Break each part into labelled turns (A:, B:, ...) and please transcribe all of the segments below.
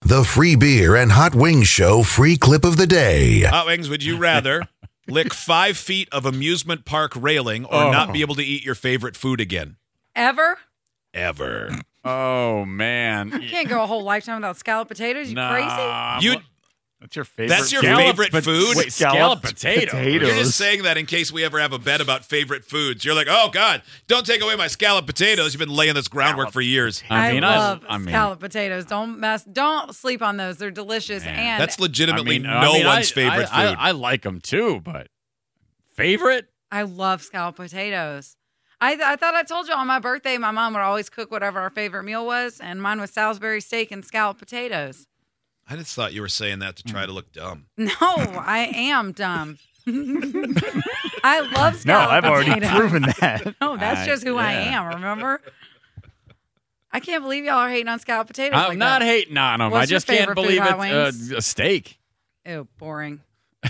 A: The Free Beer and Hot Wings Show free clip of the day.
B: Hot wings, would you rather lick five feet of amusement park railing or
C: Oh.
B: not be able to eat your favorite food again?
D: Ever?
B: Ever.
C: Oh man,
D: You can't go a whole lifetime without scalloped potatoes. You crazy?
B: You,
C: That's your favorite.
B: That's your
C: Scalloped
B: favorite
C: pot-
B: food?
C: Wait,
E: Scalloped
C: scalloped potato.
E: potatoes.
B: you're just saying that in case we ever have a bet about favorite foods. You're like, oh, God, don't take away my scalloped potatoes. You've been laying this groundwork for years.
C: I mean, I-
D: love
C: I mean-
D: scalloped potatoes. Don't mess. Don't sleep on those. They're delicious. and
B: That's legitimately
C: I mean, I
B: no
C: mean, I-
B: one's favorite
C: I, I-
B: food.
C: I, like them too, but favorite?
D: I love scalloped potatoes. I, I thought I told you on my birthday, my mom would always cook whatever our favorite meal was, and mine was Salisbury steak and scalloped potatoes.
B: I just thought you were saying that to try to look dumb.
D: No, I am dumb. I love scalloped
E: No, I've already
D: potatoes.
E: proven that.
D: No, that's
C: I-
D: just who I
C: yeah.
D: am. Remember? I can't believe y'all are hating on scalloped potatoes.
C: I'm
D: like
C: not
D: that.
C: hating on them. I
D: What's your
C: just can't
D: favorite food,
C: believe
D: Hot
C: it's
D: Wings?
C: uh, a steak.
D: Ew, boring.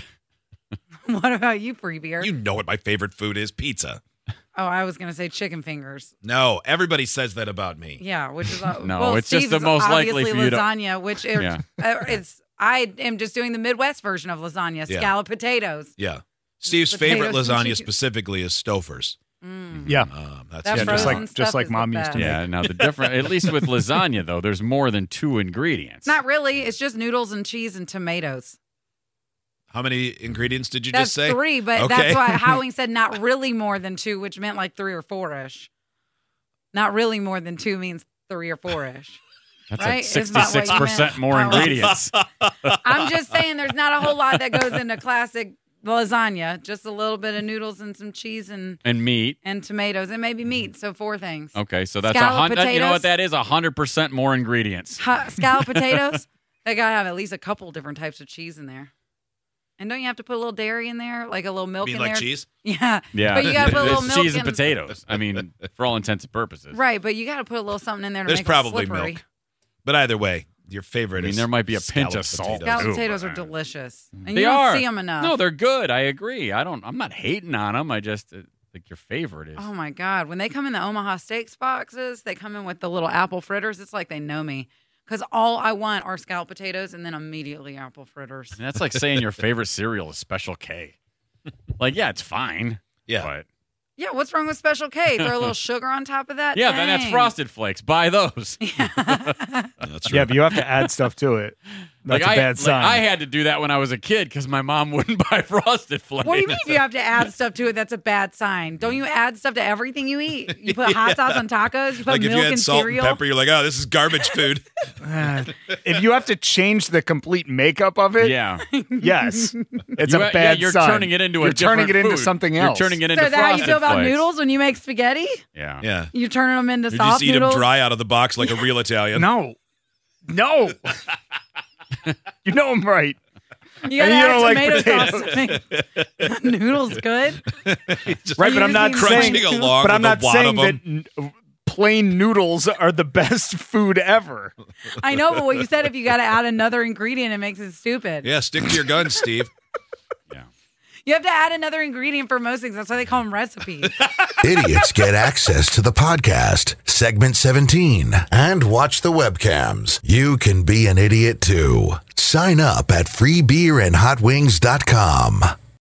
D: what about you, free beer?
B: You know what my favorite food is pizza.
D: oh, I was gonna say chicken fingers.
B: No, everybody says that about me.
D: Yeah, which is uh,
C: No,
D: well,
C: it's just
D: Steve's
C: the most likely
D: obviously
C: for you to-
D: lasagna, which it,
C: Yeah.
D: uh, it's. I am just doing the Midwest version of lasagna,
B: Yeah.
D: scalloped potatoes.
B: Yeah. Steve's
D: Potatoes
B: favorite
D: and
B: lasagna
D: chicken.
B: specifically is Stouffer's.
D: Mm.
E: Yeah.
B: Um, that's
D: That
E: yeah, just
D: frozen
E: like
D: stuff
E: just like
D: is the
E: mom used
D: best.
E: to.
C: Yeah.
E: make.
C: Now the different, at least with lasagna though, there's more than two ingredients.
D: Not really. It's just noodles and cheese and tomatoes.
B: How many ingredients did you
D: that's
B: just say?
D: three, but
B: Okay.
D: that's why Howing said not really more than two, which meant like three or four ish. Not really more than two means three or four ish.
C: That's
D: right?
C: like
D: It's not what
C: sixty-six
D: you meant.
C: percent more
D: Oh.
C: ingredients.
D: I'm just saying there's not a whole lot that goes into classic lasagna, just a little bit of noodles and some cheese and,
C: and meat.
D: and tomatoes and maybe meat. So, four things.
C: Okay, so that's a
D: Scalloped
C: hundred. You know what
D: potatoes?
C: that is? A hundred percent more ingredients.
D: Hot scalloped potatoes, they got to have at least a couple different types of cheese in there. And don't you have to put a little dairy in there, like a little milk
B: mean
D: in
B: like
D: there?
B: cheese?
D: Yeah.
C: Yeah,
D: But you got to put a little
C: it's
D: milk
C: cheese
D: in
C: and potatoes. I mean, for all intents and purposes.
D: Right, but you got to put a little something in there to
B: There's
D: make
B: probably
D: it slippery.
B: milk. But either way, your favorite
C: I mean,
B: is
C: there might be a pinch
B: scalloped
C: of salt.
B: potatoes.
D: Scalloped
C: Ooh,
D: potatoes are
C: uh,
D: delicious, and
C: they
D: you don't
C: are.
D: see them enough.
C: No, they're good. I agree. I don't. I'm not hating on them. I just uh, think your favorite is.
D: Oh my god! When they come in the Omaha Steaks boxes, they come in with the little apple fritters. It's like they know me, because all I want are scalloped potatoes, and then immediately apple fritters.
C: And that's like saying your favorite cereal is Special K. Like, yeah, it's fine.
B: Yeah.
C: But
D: Yeah, what's wrong with Special K? Throw a little sugar on top of that.
C: yeah, then that's
D: Dang.
C: Frosted Flakes. Buy those.
B: That's
E: Yeah,
B: right.
E: but you have to add stuff to it. That's
C: like
E: a
C: I,
E: bad
C: like,
E: sign.
C: I had to do that when I was a kid because my mom wouldn't buy Frosted Flakes.
D: What do you mean? If you have to add stuff to it, that's a bad sign. Don't you add stuff to everything you eat? You put hot sauce on tacos. You put
B: like if
D: milk
B: you had
D: and
B: salt
D: cereal.
B: and pepper, you're like, oh, this is garbage food.
E: Uh, if you have to change the complete makeup of it,
C: Yeah,
E: yes, it's
C: You-
E: a
C: yeah,
E: bad
C: You're
E: sign.
C: turning it into a
E: You're turning it
C: different
E: into
C: food.
E: something else.
C: You're turning it
D: So
C: into
D: is that how you
C: Frosted
D: feel about
C: Flakes.
D: noodles when you make spaghetti?
C: Yeah.
B: Yeah.
D: You turn them into
B: You
D: soft
B: just eat
D: noodles.
B: them dry out of the box like a real Italian.
E: No, no. you know I'm right.
D: You gotta
E: And you
D: add
E: don't
D: tomato
E: like
D: sauce to make noodles good.
B: Just
E: Right, but I'm not
D: Crunching
E: saying.
B: along
E: but I'm
B: with a
E: not
B: wad
E: saying
B: of
E: that n- plain noodles are the best food ever.
D: I know, but what you said if you gotta add another ingredient, it makes it stupid.
B: Yeah, stick to your guns, Steve.
D: You have to add another ingredient for most things. That's why they call them recipes.
A: Idiots get access to the podcast, segment 17, and watch the webcams. You can be an idiot too. Sign up at freebeerandhotwings.com.